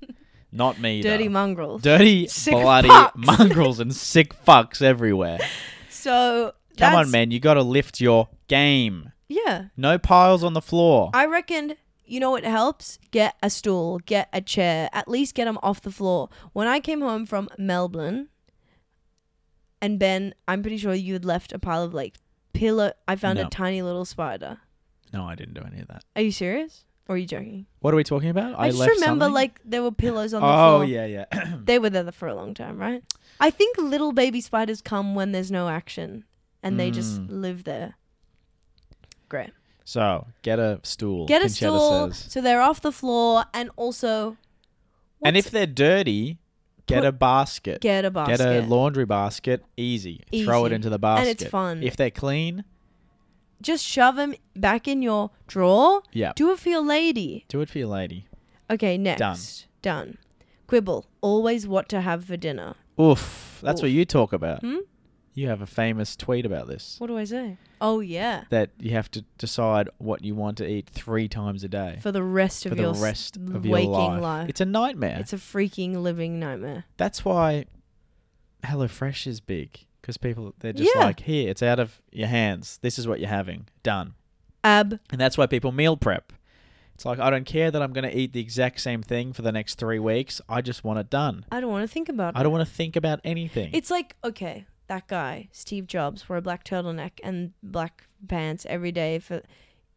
B: Not me. though.
C: dirty mongrels.
B: Dirty,
C: Sick
B: bloody
C: fucks.
B: mongrels and sick fucks everywhere.
C: so
B: Come
C: that's,
B: on, man. You got to lift your game.
C: Yeah.
B: No piles on the floor.
C: I reckon you know what helps? Get a stool, get a chair, at least get them off the floor. When I came home from Melbourne, and Ben, I'm pretty sure you had left a pile of like pillow. I found a
B: No.
C: tiny little spider.
B: no, I didn't do any of that.
C: Are you serious? Or are you joking?
B: What are we talking about?
C: I, just
B: left
C: remember
B: something?
C: like there were pillows on the
B: oh
C: floor.
B: yeah, yeah.
C: They were there for a long time, right? I think little baby spiders come when there's no action and they just
B: Mm.
C: live there. Great.
B: so get a stool.
C: Get a
B: Conchetta
C: stool
B: says.
C: so they're off the floor and also
B: And
C: what's-
B: if they're dirty, get
C: Put-
B: a basket.
C: get a basket.
B: Get a laundry basket. Easy. Throw it
C: Easy.
B: into the basket.
C: And it's fun.
B: If they're clean,
C: Just shove them back in your drawer.
B: yeah. Do,
C: Do it for your lady.
B: it for your lady.
C: Okay, next. Done. Quibble. Always what to have for dinner.
B: Oof. That's what
C: Oof.
B: you talk about.
C: Hmm?
B: You have a famous tweet about this.
C: What do I say? Oh, yeah.
B: That you have to decide what you want to eat three times a day
C: For the rest of
B: for the
C: your s-
B: rest of your
C: waking
B: life.
C: life.
B: It's a nightmare.
C: It's a freaking living nightmare.
B: That's why HelloFresh is big because people they're just
C: Yeah.
B: like, here, it's out of your hands. This is what you're having. Done.
C: Ab.
B: And that's why people meal prep. It's like I don't care that I'm going to eat the exact same thing for the next 3 weeks. I just want it done.
C: I don't want to think about
B: I don't want to think about anything.
C: It's like, okay, that guy, Steve Jobs, wore a black turtleneck and black pants every day for.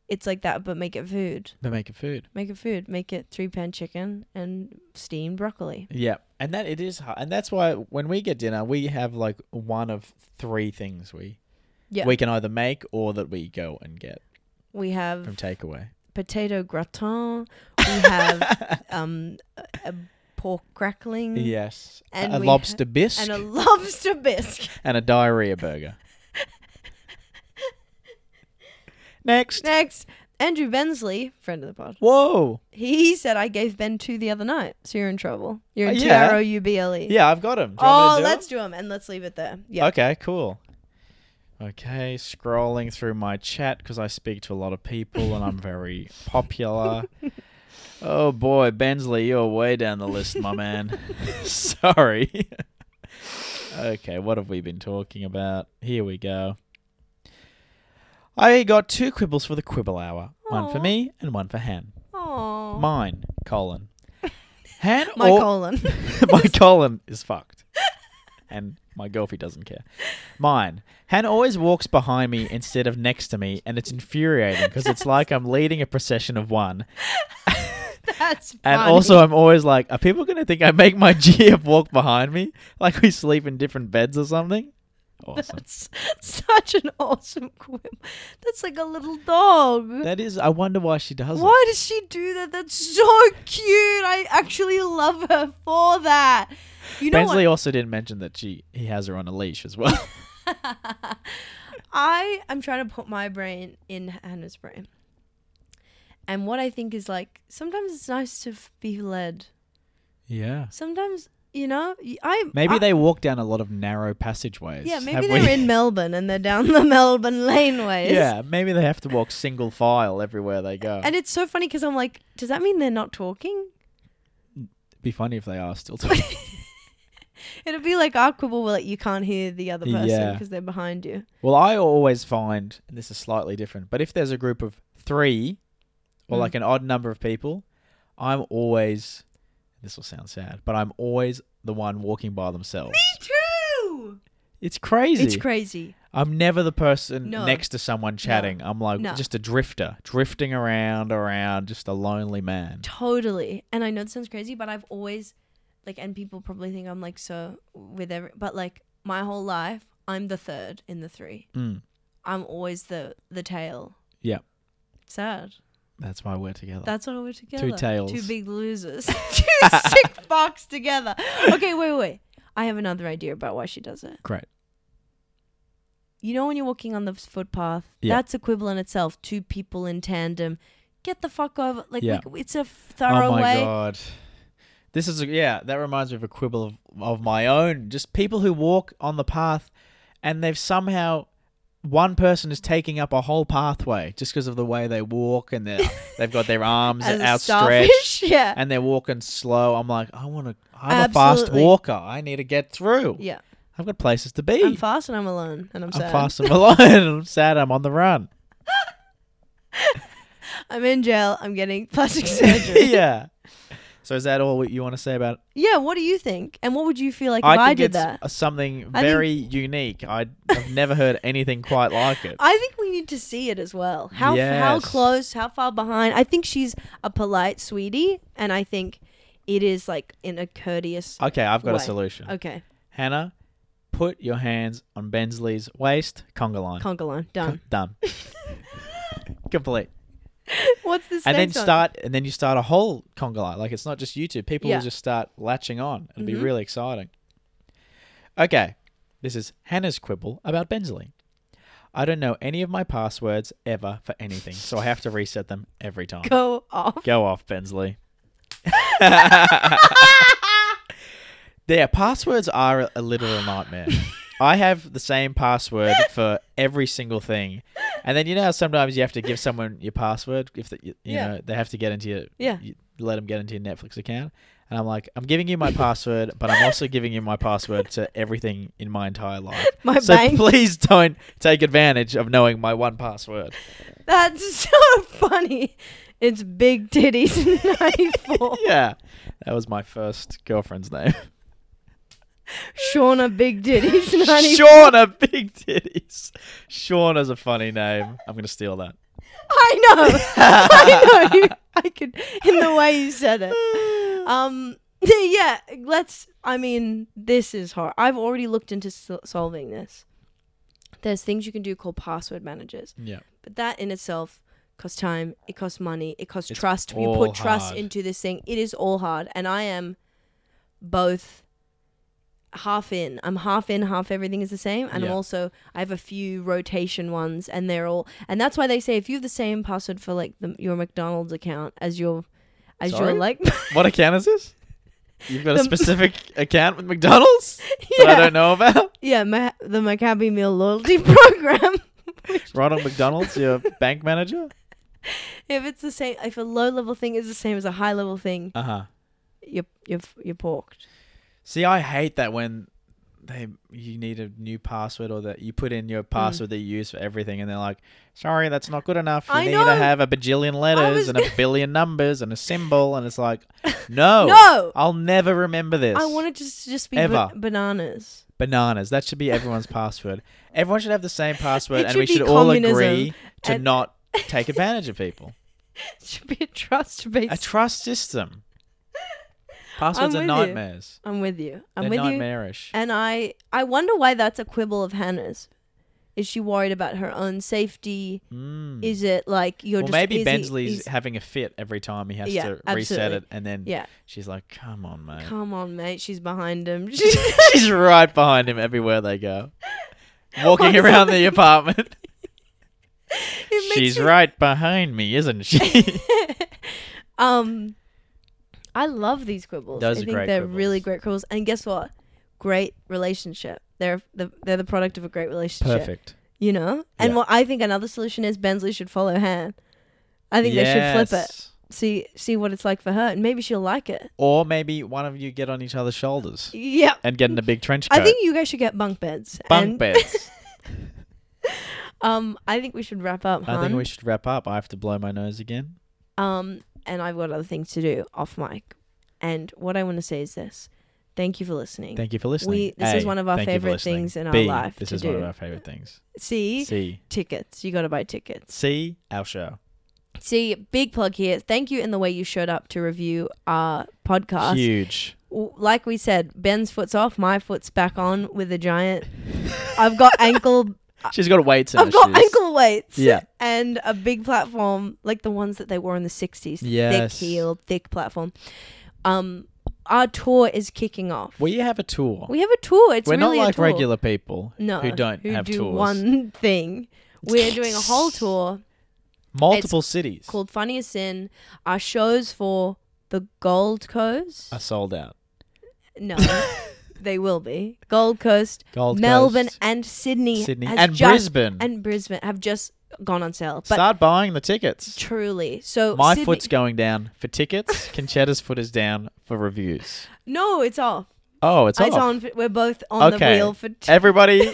C: It's like that, but make it food.
B: but making food.
C: Make it food. Make it three pan chicken and steamed broccoli.
B: Yeah. And that it is hard. and that's why when we get dinner, we have like one of three things we
C: Yeah.
B: we can either make or that we go and get
C: We have
B: from takeaway.
C: potato gratin. We have um, a, a pork crackling
B: yes.
C: and
B: a
C: we ha-
B: lobster bisque
C: and a lobster bisque.
B: and a diarrhea burger. Next.
C: Next, Andrew Bensley, friend of the pod.
B: Whoa.
C: He said I gave Ben two the other night, so you're in trouble. You're in
B: Uh,
C: T
B: yeah.
C: R O U B L E.
B: Yeah, I've got him. Do you want me to do
C: Oh,
B: 'em?
C: let's do them and let's leave it there. Yeah.
B: Okay, cool. Okay, scrolling through my chat because I speak to a lot of people and I'm very popular. Oh boy, Bensley, you're way down the list, my man. Sorry. okay, what have we been talking about? Here we go. I got two quibbles for the quibble hour one for
C: Aw.
B: me and one for Han.
C: Aww. My,
B: Mine, colon. Han or-
C: colon.
B: my colon is fucked. And my girlfie doesn't care. Mine. Han always walks behind me instead of next to me, and it's infuriating because it's like I'm leading a procession of one.
C: That's funny.
B: And also, I'm always like, are people going to think I make my GF walk behind me? Like we sleep in different beds or something? Awesome.
C: That's such an awesome quip. That's like a little dog.
B: That is. I wonder why she does
C: Why does she do that? That's so cute. I actually love her for that. You
B: it.
C: know
B: Bensley also didn't mention that she he has her on a leash as well.
C: what? I am trying to put my brain in Hannah's brain. And what I think is like sometimes it's nice to f- be led.
B: yeah.
C: Sometimes, you know, y- I
B: Maybe
C: I-
B: they walk down a lot of narrow passageways.
C: Yeah,
B: Have
C: maybe
B: we-
C: they're in Melbourne and they're down the Melbourne laneways.
B: Yeah, maybe they have to walk single file everywhere they go.
C: And it's so funny because I'm like, does that mean they're not talking?
B: It'd be funny if they are still talking.
C: It'd be like our quibble where like, you can't hear the other person
B: Yeah.
C: because they're behind you.
B: well, I always find, and this is slightly different, but if there's a group of three or
C: Mm.
B: like an odd number of people, I'm always, this will sound sad, but I'm always the one walking by themselves.
C: too.
B: It's crazy.
C: It's crazy.
B: I'm never the person
C: No.
B: next to someone chatting. I'm like
C: No.
B: just a drifter, drifting around, around, just a lonely man.
C: Totally. And I know it sounds crazy, but I've always like and people probably think I'm like so with every but like my whole life, I'm the third in the three.
B: Mm,
C: I'm always the the tail.
B: Yeah.
C: Sad.
B: that's why we're together.
C: That's why we're together.
B: tails.
C: Two big losers. Two sick fucks together. Okay, wait, wait. I have another idea about why she does it.
B: Great.
C: you know when you're walking on the s- footpath
B: Yeah.
C: that's equivalent itself two people in tandem get the fuck over like
B: Yeah.
C: we, it's a thorough
B: oh my
C: way
B: god. This is a, yeah, that reminds me of a quibble of, of my own. Just people who walk on the path and they've somehow one person is taking up a whole pathway just because of the way they walk and they're, they've got their arms
C: as a
B: outstretched
C: starfish yeah
B: and they're walking slow. I'm like, I want to I'm a fast
C: Absolutely.
B: walker. I need to get through.
C: yeah
B: I've got places to be.
C: i'm fast and i'm alone and i'm,
B: I'm
C: sad
B: fast and alone. I'm sad. I'm on the run.
C: i'm in jail i'm getting plastic surgery
B: yeah. So is that all what you want to say about
C: yeah what do you think and what would you feel like
B: I
C: if
B: think
C: i did
B: it's
C: that
B: a- something
C: I think-
B: very unique. I, I've never heard anything quite like it.
C: I think we need to see it as well. How f how
B: Yes.
C: close, how far behind? I think she's a polite sweetie, and I think it is like in a courteous.
B: Okay, I've got a
C: Wait.
B: solution.
C: Okay,
B: Hannah, put your hands on Bensley's waist, conga line.
C: conga line done.
B: Done. Complete.
C: What's this?
B: and then
C: next one?
B: start, and then you start a whole conga line. Like it's not just you two. People
C: Yeah.
B: will just start latching on. It'll be
C: Mhm.
B: really exciting. Okay, this is Hannah's quibble about Bensley. I don't know any of my passwords ever for anything, so I have to reset them every time.
C: Go off.
B: Go off, Bensley. yeah, passwords are a- a literal nightmare. I have the same password for every single thing, and then you know how sometimes you have to give someone your password if the, you, you
C: Yeah.
B: know they have to get into your
C: Yeah.
B: you let them get into your Netflix account, and I'm like I'm giving you my password, but I'm also giving you my password to everything in my entire life.
C: My
B: so
C: bank.
B: please don't take advantage of knowing my one password.
C: That's so funny. It's big titties nightfall.
B: Yeah, that was my first girlfriend's name.
C: Shauna big titties nightfall.
B: Shauna Big Titties. Shauna's a funny name. I'm gonna steal that.
C: I know. I know. You, I could in the way you said it. Um. Yeah. Let's. I mean, this is hard. I've already looked into sol- solving this. There's things you can do called password managers,
B: Yeah.
C: but that in itself costs time. It costs money. It costs
B: It's
C: trust. You
B: all
C: put trust
B: hard.
C: into this thing. It is all hard, and I am both half in. I'm half in, half everything is the same. And I'm
B: Yeah.
C: also I have a few rotation ones and they're all and that's why they say if you have the same password for like the, your McDonald's account as your as
B: Sorry?
C: your like
B: What account is this? You've got a
C: The-
B: specific account with McDonald's that I
C: yeah,
B: don't know about.
C: yeah Ma- the Maccabi Meal loyalty program.
B: Ronald McDonald's, your bank manager.
C: if it's the same if a low level thing is the same as a high level thing,
B: Uh huh.
C: you're you're you're porked.
B: See, I hate that when they you need a new password or that you put in
C: Hmm.
B: your password that you use for everything, and they're like, "Sorry, that's not good enough. You
C: I
B: need
C: know.
B: to have a bajillion letters
C: was
B: and a billion numbers and a symbol." And it's like, "No,
C: No.
B: I'll never remember this."
C: I want it just to just be
B: Ever.
C: ba- bananas.
B: bananas. That should be everyone's password. Everyone should have the same password,
C: It
B: and we
C: should be
B: should all
C: communism
B: agree to
C: and-
B: not take advantage of people.
C: It should be a trust based
B: A trust system. Passwords
C: I'm
B: are
C: with you.
B: nightmares.
C: I'm with you. I'm
B: They're
C: with you.
B: nightmarish.
C: And I I wonder why that's a quibble of Hannah's. Is she worried about her own safety?
B: Mm.
C: Is it like you're
B: Well,
C: just
B: maybe
C: is he-
B: Bensley's
C: is-
B: having a fit every time he has
C: Yeah,
B: to reset
C: absolutely.
B: it, and then
C: yeah.
B: she's like, "Come on, mate."
C: Come on, mate. She's behind him.
B: she's right behind him everywhere they go, walking around the apartment.
C: It makes
B: she's
C: me-
B: right behind me, isn't she?
C: Um, I love these quibbles.
B: Those
C: I
B: are
C: think
B: great
C: they're really
B: quibbles.
C: great quibbles. And guess what? Great relationship. They're the they're the product of a great relationship.
B: Perfect.
C: You know. And
B: Yeah.
C: what I think another solution is Bensley should follow Han. I think they should flip it. See see what it's like for her, and maybe she'll like it.
B: Or maybe one of you get on each other's shoulders
C: Yep.
B: and get in a big trench coat.
C: I think you guys should get bunk beds.
B: Bunk
C: and,
B: beds.
C: Um, I think we should wrap up.
B: I think
C: hun.
B: we should wrap up. I have to blow my nose again.
C: Um, and I've got other things to do off mic. And what I want to say is this: Thank you for listening.
B: Thank you for listening.
C: We- this is
B: A,
C: one of our
B: thank you for
C: favorite
B: listening.
C: things in our
B: B,
C: life
B: This
C: to
B: is one of
C: do.
B: our favorite things.
C: See
B: C.
C: tickets. You got to buy tickets.
B: C. Our show.
C: See, big plug here. Thank you in the way you showed up to review our podcast.
B: Huge.
C: W- Like we said, Ben's foot's off, my foot's back on with a giant. I've got ankle.
B: She's got weights in
C: Uh, I've
B: her
C: got
B: shoes.
C: ankle weights.
B: Yeah.
C: And a big platform like the ones that they wore in the sixties.
B: Yes.
C: Thick heeled, thick platform. Um, our tour is kicking off.
B: We have a tour.
C: We have a tour. It's
B: We're
C: really
B: not
C: a
B: like
C: tour.
B: regular people
C: no,
B: who don't
C: who
B: have
C: do
B: tours.
C: one thing. We're doing a whole tour
B: Multiple cities
C: called Funny as Sin. Our shows for the Gold Coast.
B: are sold out.
C: No, they will be Gold Coast,
B: Gold
C: Melbourne,
B: Coast,
C: and Sydney,
B: Sydney,
C: has
B: and
C: just-
B: Brisbane.
C: and Brisbane have just gone on sale. But
B: Start buying the tickets.
C: truly, so
B: My
C: Sydney-
B: foot's going down for tickets. Conchetta's foot is down for reviews.
C: no, it's off.
B: Oh, it's,
C: It's
B: off.
C: on. We're both on the
B: Okay.
C: wheel for t-
B: Everybody,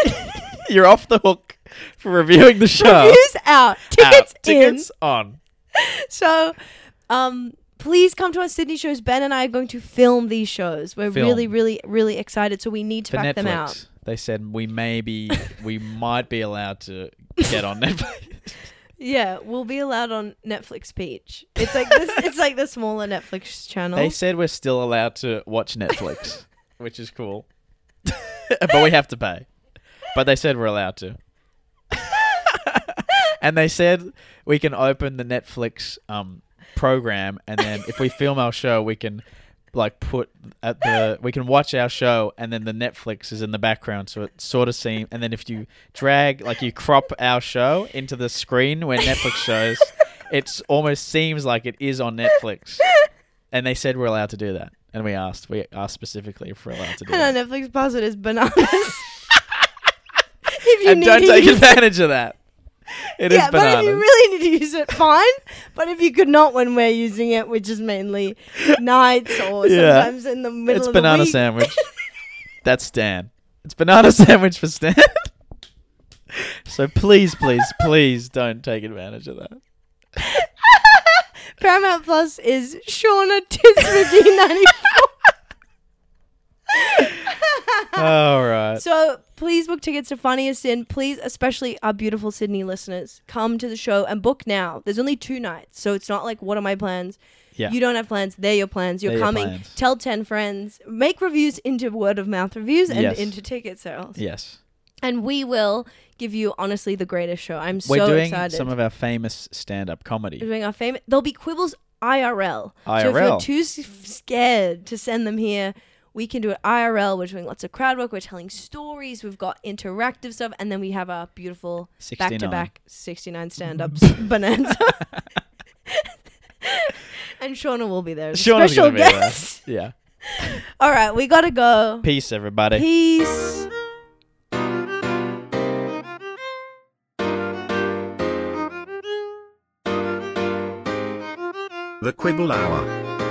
B: you're off the hook for reviewing the show.
C: reviews
B: Out.
C: out, tickets in.
B: Tickets on.
C: So, um, please come to our Sydney shows. Ben and I are going to film these shows. We're
B: Film.
C: really, really, really excited. So we need to
B: For
C: back
B: Netflix,
C: them out.
B: they said we may be, we might be allowed to get on Netflix.
C: Yeah, we'll be allowed on Netflix Peach. It's like this. it's like the smaller Netflix channel.
B: They said we're still allowed to watch Netflix, which is cool. but we have to pay. But they said we're allowed to. and they said we can open the Netflix um, program, and then if we film our show, we can like put at the we can watch our show and then the netflix is in the background so it sort of seems and then if you drag like you crop our show into the screen where netflix shows it almost seems like it is on netflix and they said we're allowed to do that. And we asked, we asked specifically if we're allowed to do
C: and
B: that.
C: our Netflix password is bananas. if you
B: And
C: need
B: don't
C: to
B: take
C: use
B: advantage of that. It is
C: yeah,
B: bananas.
C: but if you really need to use it, fine. But if you could not when we're using it, which is mainly nights or
B: Yeah.
C: sometimes in the middle
B: it's
C: of the
B: banana
C: week.
B: sandwich. That's Stan. It's banana sandwich for Stan. so please, please, please don't take advantage of that.
C: Paramount Plus is Shauna Tismagee 94.
B: All right.
C: So please book tickets to Funniest Sin. Please, especially our beautiful Sydney listeners, come to the show and book now. There's only two nights, so it's not like what are my plans.
B: Yeah.
C: You don't have plans. They're your plans. You're
B: They're your
C: coming.
B: plans.
C: Tell ten friends. Make reviews into word of mouth reviews and
B: Yes.
C: into ticket sales.
B: Yes.
C: And we will give you honestly the greatest show. I'm
B: We're
C: so
B: doing
C: excited.
B: some of our famous stand up
C: We're
B: comedy.
C: doing our famous. There'll be quibbles IRL. So if you're
B: IRL.
C: too s- scared to send them here, we can do it IRL. We're doing lots of crowd work. We're telling stories. We've got interactive stuff, and then we have our beautiful
B: 69.
C: back to back 69 stand ups bonanza. and Shauna will be there. As a
B: Shauna's
C: special
B: gonna be there.
C: guest.
B: Yeah.
C: All right, we gotta go.
B: Peace, everybody.
C: Peace.
A: The Quibble Hour.